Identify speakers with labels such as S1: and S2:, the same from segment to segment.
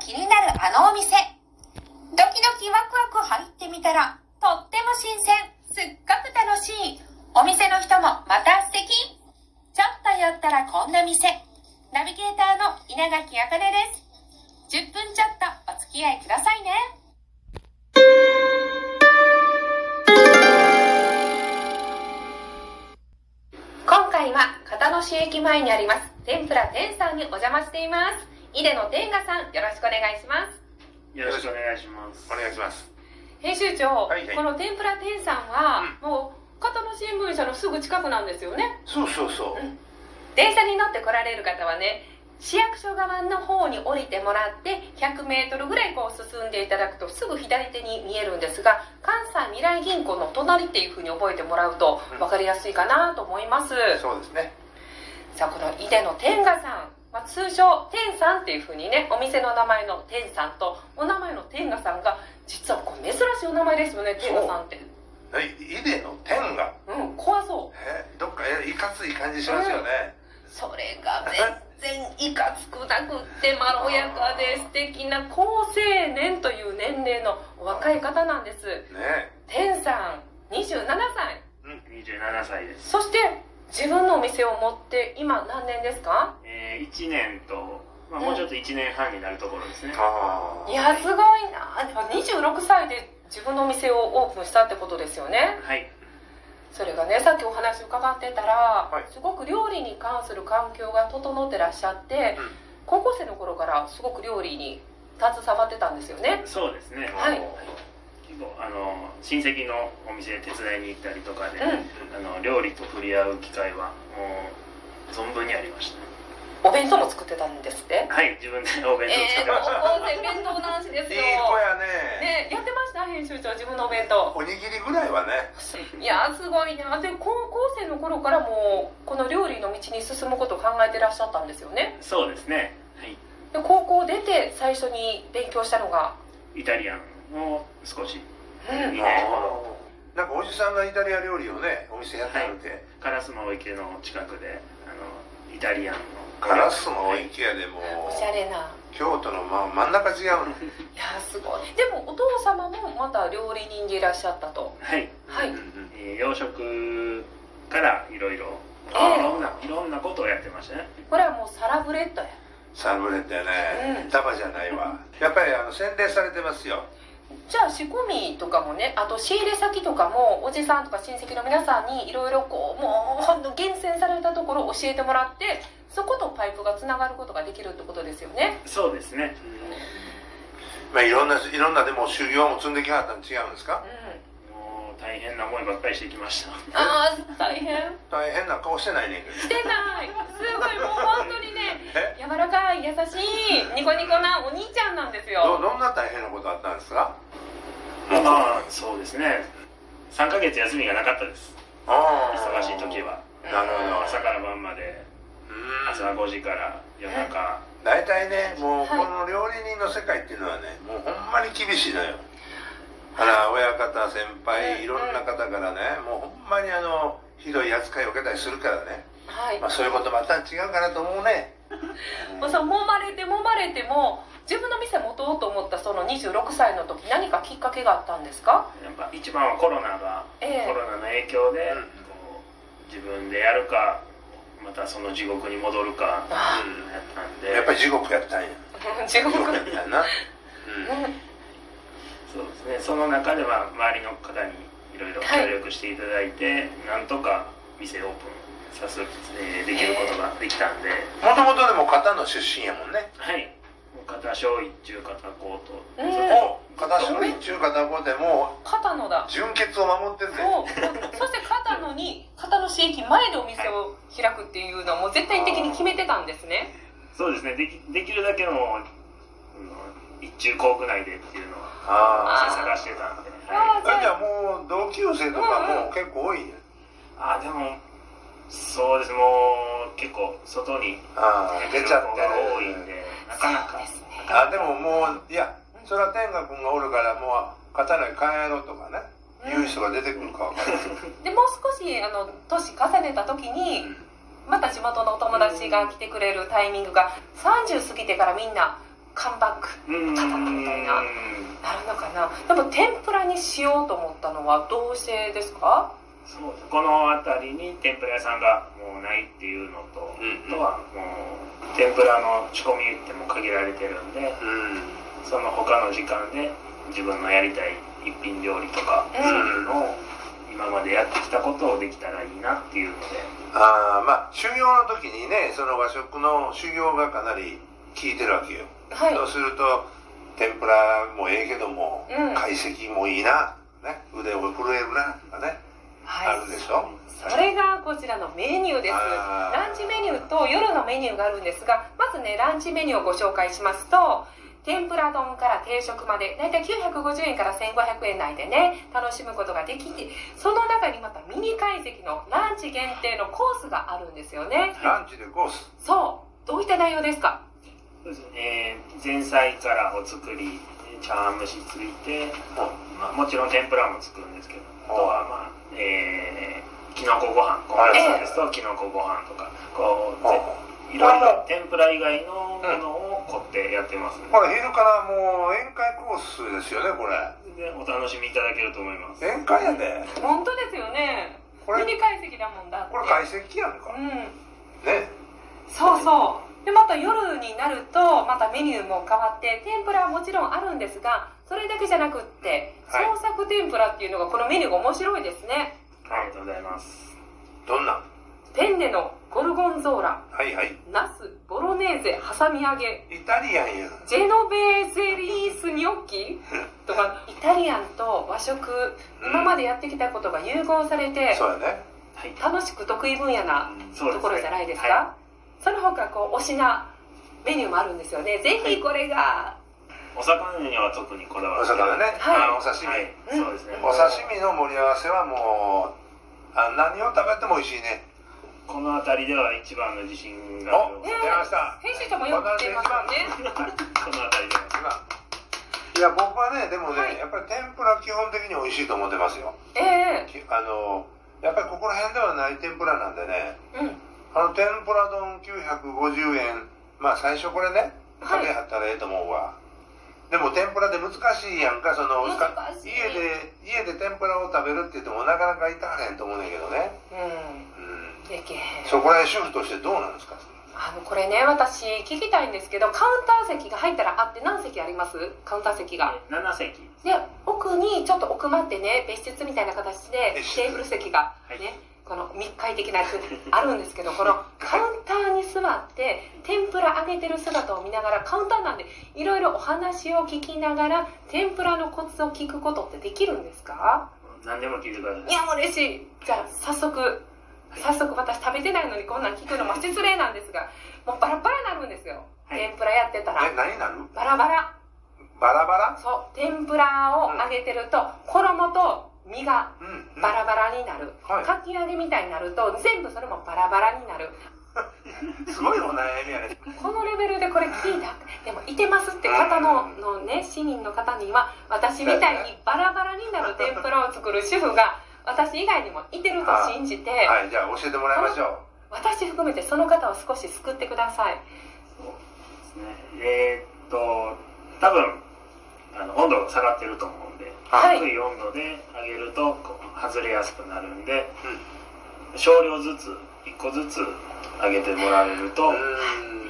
S1: あのお店。ドキドキワクワク入ってみたら、とっても新鮮、すっごく楽しい。お店の人もまた素敵。ちょっと寄ったらこんな店。ナビゲーターの稲垣茜です。10分ちょっとお付き合いくださいね。今回は片野市駅前にあります天ぷら天さんにお邪魔しています井出野天賀さんよろしくお願いします
S2: よろしくお願いします。
S3: お願いします。
S1: 編集長、
S3: はいはい
S1: この天ぷら天さんは、もう片野新聞社のすぐ近くなんですよね
S3: そうそうそ
S1: う。
S3: う
S1: ん電車に乗って来られる方はね市役所側の方に降りてもらって100メートルぐらいこう進んでいただくとすぐ左手に見えるんですが関西未来銀行の隣っていうふうに覚えてもらうと分かりやすいかなと思います、
S3: そうですね。
S1: さあこの井出の天賀さん、まあ、通称天さんっていうふうにねお店の名前の天さんとお名前の天賀さんが実はこう珍しいお名前ですよね天賀さんって
S3: はい、井出の天が、
S1: うん怖そう
S3: えどっかえいかつい感じしますよね。
S1: それが全然いかつくなくってまろやかで素敵な好青年という年齢のお若い方なんです
S3: ね。
S1: 天さん27歳
S2: うん、27歳です。
S1: そして自分のお店を持って今何年ですか
S2: えー、1年と、まあ、もうちょっと1年半になるところですね。
S3: ああ。
S1: いやすごいなでも26歳で自分のお店をオープンしたってことですよね
S2: はい。
S1: それがねさっきお話伺ってたら、
S3: はい
S1: すごく料理に関する環境が整ってらっしゃって、
S3: うん
S1: 高校生の頃からすごく料理に携わってたんですよね
S2: そうですね。
S1: はい
S2: 結構、あの、親戚のお店手伝いに行ったりとかで、
S1: うん
S2: あの、料理と触れ合う機会は、もう、存分にありましたね。
S1: お弁当も作ってたんですって
S2: はい、自分でお弁
S1: えー、
S2: 当を作ってま
S1: 高校生弁当男子で
S2: した。
S3: いい
S1: す
S3: 子
S1: よ
S3: や
S1: ね
S3: ね。
S1: やってました編集長自分のお弁当
S3: おにぎりぐらいはね。
S1: いやすごいなで高校生の頃からもうこの料理の道に進むことを考えてらっしゃったんですよね
S2: そうですね。は
S1: で
S2: い。
S1: 高校出て最初に勉強したのが、
S2: イタリアンを少し、
S1: うん、
S2: いいね
S3: なんかおじさんがイタリア料理をね、お店やってるって。
S2: 烏丸池の近くで、あの、イタリアンの。
S3: ガラスの
S2: はい
S3: イケアでもう
S1: おしゃれな
S3: 京都の真真ん中違うの。
S1: いやすごいでもお父様もまた料理人でいらっしゃったと
S2: はい。
S1: はい
S3: うんうん
S2: えー養殖からいろいろい
S1: ええ
S2: ろんないろんなことをやってましたね
S1: これはもうサラブレッドや
S3: サルブレッドや
S1: うん
S3: ね。ダバじゃないわ。やっぱりあの洗礼されてますよ。
S1: じゃあ仕込みとかもねあと仕入れ先とかもおじさんとか親戚の皆さんにいろいろこうもうほんと厳選されたところを教えてもらってそことパイプがつながることができるってことですよね
S2: そうですね
S3: まあいろんな、いろんなでも修行も積んできはったの違うんです
S1: うん
S3: か
S2: もう大変な思いばっかりしてきま した
S1: ああ大変
S3: 大変な顔してないねんけど。
S1: してないすごいもう本当にね
S3: え
S1: 柔らかい優しいニコニコなお兄ちゃんなんです
S3: ど
S1: よ
S3: どんな大変なことあったんですか
S2: まあそうですね3ヶ月休みがなかったです
S3: あー
S2: 忙しい時は
S3: なるほ
S2: 朝から晩まで朝
S3: どうん
S2: 5時から夜中
S3: 大体ねもうこ
S1: はい
S3: の料理人の世界っていうのはねもうほんまに厳しいのよあら親方先
S1: うん
S3: 輩いろんな方からねもうほんまにあのひどい扱いを受けたりするからね、
S1: はい
S3: まあ、そういうことまた違うかなと思うね
S1: もうそう揉まれて揉まれても自分の店持とうと思ったその26歳の時何かきっかけがあったんですか
S2: やっぱ一番はコロナが
S1: ええ
S2: コロナの影響で
S3: うん
S2: こう自分でやるかまたその地獄に戻るか
S1: あ
S2: やったん
S3: やっぱ
S2: で
S3: り地獄やったんや
S1: あ地
S3: 地
S1: 獄
S3: 獄や
S1: ね
S3: ったんやな、
S2: そうですねその中では周りの方にいろいろ協力していただいて、なんとか店オープンさせ、えーできることができたんで、
S3: もともとでも片野出身やもんね
S2: はい片小一中片高と、
S1: うん
S3: もう片所一中片方でも
S1: 片野だ
S3: う純血を守ってるね
S1: もうそして片野に片野市駅前でお店を開くっていうのはもう絶対的に決めてたんですね
S2: そうですねできできるだけのあの一中校区内でっていうのは
S3: あ
S1: ー
S2: 探してたんで、
S1: あ
S2: は
S1: ー
S2: い
S3: あじゃあもう同級生とかもう結構多いね、
S2: あでもそうですもう結構外に
S3: ああ出ちゃ
S2: 子
S3: って
S2: が
S3: る
S2: 多いんでなかなか
S1: そうですね
S3: あでももういやそれは天賀君がおるからもう勝たない帰ろうとかね言う人が出てくるかわからない、
S1: でもう少しあの年重ねた時にまた地元のお友達が来てくれるタイミングが30過ぎてからみんな
S4: カンバック
S2: うーん
S4: パパパみたいななるのかなでも天ぷらにしようと思ったのはどうしてですか
S2: そうそこの辺りに天ぷら屋さんがもうないっていうのと、
S3: うん
S2: あとはもう天ぷらの仕込みっても限られてるんでその他の時間で自分のやりたい一品料理とか
S4: うん
S2: そういうのを今までやってきたことをできたらいいなっていうので
S3: あーまあ修行の時にねその和食の修行がかなり効いてるわけよ、
S4: はい
S3: そうすると天ぷらもええけども、
S4: うん
S3: 解析もいいな、ね、腕を震えるなとかね、
S4: は
S3: あるでしょ
S4: それがこちらのメニューです
S3: あー
S4: ランチメニューと夜のメニューがあるんですがまずねランチメニューをご紹介しますと天ぷら丼から定食までだいたい950円から1500円内でね楽しむことができてその中にまたミニ解析のランチ限定のコースがあるんですよね
S3: ランチでコース
S4: そうどういった内容ですか
S2: そうですねえー前菜からお作り茶碗蒸しついて、まあ、もちろん天ぷらも作るんですけどあとはまあえーきのこご飯この
S3: え
S4: え
S2: ですときのこご飯とかこう
S3: ほう
S2: ぜいろいろ天ぷら以外のものを凝ってやってますね
S3: これ昼からもう宴会コースですよねこれ
S2: でお楽しみいただけると思います
S3: 宴会やで
S4: 本当ですよね
S3: これ
S4: ミニ解析だもんだって
S3: これ解析やんか
S4: う
S3: ね
S4: んそうそうでまた夜になるとまたメニューも変わって天ぷらはもちろんあるんですがそれだけじゃなくって
S3: はい
S4: 創作天ぷらっていうのがこのメニューが面白いですね
S2: ありがとうございます
S3: どんなん
S4: ペンネのゴルゴンゾーラ
S3: はいはい
S4: ナスボロネーゼハサミ揚げ
S3: イタリアンやん
S4: ジェノベーゼリースニョッ キとかイタリアンと和食今までやってきたことが融合されて
S3: そうやね
S2: はい
S4: 楽しく得意分野な
S2: そうですね
S4: ところじゃないです
S2: は
S4: かその他こう推しなメニューもあるんですよねぜひこれが
S2: お魚には特にこだわっ
S3: お
S2: て
S3: 魚ね、
S4: はい
S3: あのお刺身、
S2: はい、
S4: うん
S2: そうですね
S3: お刺身の盛り合わせはもうあ何を食べても美味しいね
S2: この辺りでは一番の自信がある
S3: お
S2: こ
S3: 出
S4: ね
S3: ました
S4: 編集長もよく言ってますよね。
S2: の辺りでは
S3: 今いや僕はねでもね、
S4: はい
S3: やっぱり天ぷら基本的に美味しいと思ってますよ
S4: え
S3: きあのやっぱりここら辺ではない天ぷらなんでね
S4: えうん。
S3: あの天ぷら丼950円まあ最初これね
S4: はい
S3: 食べはったらええと思うわ、でも天ぷらって難しいやんかその
S4: 難しい
S3: 家で家で天ぷらを食べるって言ってもなかなかいたはれんと思うねんだけどね、
S4: うん。
S3: うん、
S4: でけへん。
S3: そこら辺主婦としてどうなんですか
S4: あのこれね私聞きたいんですけどカウンター席が入ったらあって何席あります？カウンター席が。
S2: 7席
S4: で奥にちょっと奥まってね別室みたいな形で
S3: 別室
S4: テーブル席が
S2: はい
S4: ね、この密会的なやつ あるんですけどこのカウンターに座って天ぷら揚げてる姿を見ながらカウンターなんでいろいろお話を聞きながら天ぷらのコツを聞くことってできるんですか
S2: 何でも聞いてください
S4: いや嬉しいじゃあ早速早速私食べてないのにこんなん聞くのも失礼なんですがもうバラバラになるんですよ
S2: はい
S4: 天ぷらやってた
S3: え
S4: ら
S3: 何になる
S4: バラバラ
S3: バラバラ
S4: そう天ぷらを揚げてると、衣と身が
S3: うん、うん
S4: バラバラになる、
S3: はい
S4: かき揚げみたいになると全部それもバラバラになる
S3: すごいお悩みやね
S4: このレベルでこれ聞いたでもいてますって方のの、ね、市民の方には私みたいにバラバラになる天ぷらを作る主婦が私以外にもいてると信じて、
S3: はいじゃあ教えてもらいましょう
S4: 私含めてその方を少し救ってください
S2: そうですねえーっと多分あの温度が下がってると思うんで、
S4: はい
S2: 低い温度で揚げるとこう外れやすくなるんで、
S3: う
S2: 少量ずつ1個ずつ揚げてもらえると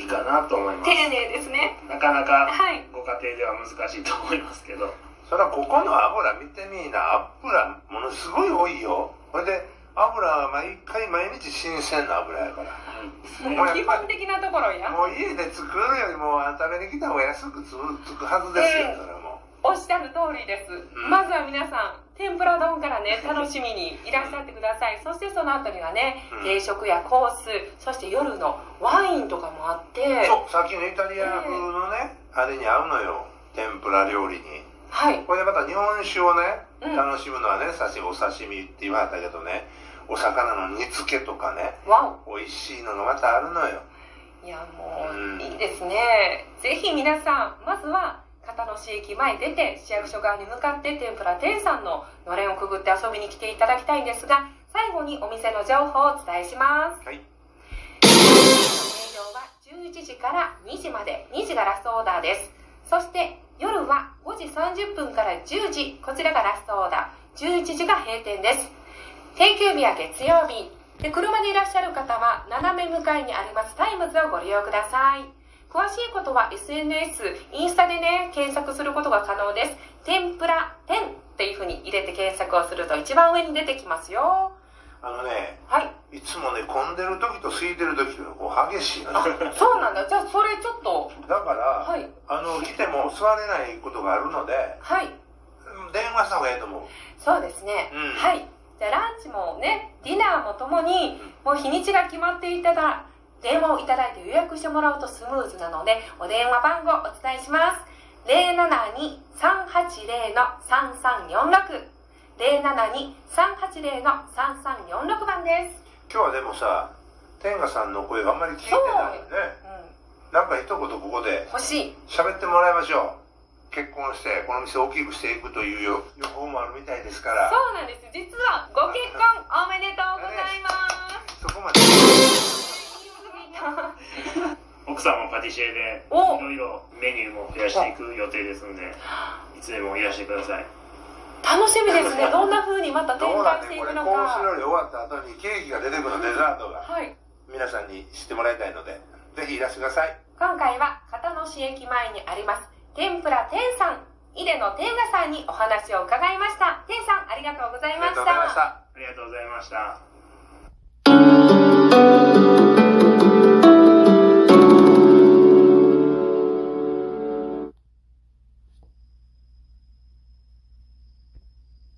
S2: いいかなと思います
S4: 丁寧ですね
S2: なかなか
S4: はい
S2: ご家庭では難しいと思いますけど、
S3: そらここの油見てみいな油ものすごい多いよこれで油は毎回毎日新鮮な油やから
S4: もう
S3: やっぱり
S4: 基本的なところや
S3: もう家で作るよりも食べに来た方が安くつぶつくはずですよ、
S4: ええ
S3: それも
S4: おっしゃる通りです、
S3: うん
S4: まずは皆さん天ぷら丼から ね楽しみにいらっしゃってくださいそしてその後にはね
S3: うん
S4: 定食やコースそして夜のワインとかもあって
S3: そうさっきのイタリア風のね、あれに合うのよ天ぷら料理に
S4: はい
S3: これでまた日本酒をね
S4: うん
S3: 楽しむのはねさしお刺身って言われたけどねお魚の煮付けとかね
S4: わ
S3: 美味しいのがまたあるのよ
S4: おいやも
S3: うん
S4: ういいですねぜひ皆さんまずは片野市駅前出て市役所側に向かって天ぷら店さんののれんをくぐって遊びに来ていただきたいんですが最後にお店の情報をお伝えします
S3: はい
S4: 営業は11 11時から2時まで2時がラストオーダーですそして夜は5時30分から10時こちらがラストオーダー11時が閉店です定休日は月曜日で車でいらっしゃる方は斜め向かいにありますタイムズをご利用ください詳しいことは SNS インスタでね検索することが可能です天ぷら天っていうふうに入れて検索をすると一番上に出てきますよ
S3: あのね
S4: はい
S3: いつもね混んでる時と空いてる時がこう激しいのよ
S4: あそうなんだじゃあそれちょっと
S3: だから、
S4: はい
S3: あの来ても座れないことがあるので
S4: はい
S3: うん電話した方がいいと思う
S4: そうですね、
S3: うん
S4: はいじゃあランチもねディナーもともにもう日にちが決まっていたら電話をいただいて予約してもらうとスムーズなのでお電話番号お伝えします072-380-3346 072-380-3346番です、
S3: 今日はでもさ天下さんの声があんまり聞いてないよね
S4: うん、
S3: なんか一言ここで
S4: 欲しい
S3: 喋ってもらいましょう結婚してこの店を大きくしていくというよ予報もあるみたいですか
S4: そ
S3: ら
S4: うなんです実はご結婚おめでとうございます
S3: そこまで
S2: 奥さんもパティシエで
S4: お
S2: いろいろメニューも増やしていく予定ですんでいつでもいらしてください
S4: 楽しみですねどんな風にまた展
S3: どうだ
S4: 開し
S3: ね
S4: てい
S3: こ
S4: く
S3: れ
S4: の
S3: コース
S4: か
S3: 料理終わった後にケーキが出てくるデザートが
S4: はい
S3: 皆さんに知ってもらいたいのでぜひいらしてください
S4: 今回は片野市駅前にあります天ぷら天さん井出の天賀さんにお話を伺いました天さんありがとうござい
S3: あり
S4: ま
S3: が
S4: し
S3: とうございま
S4: た
S3: した
S2: ありがとうございました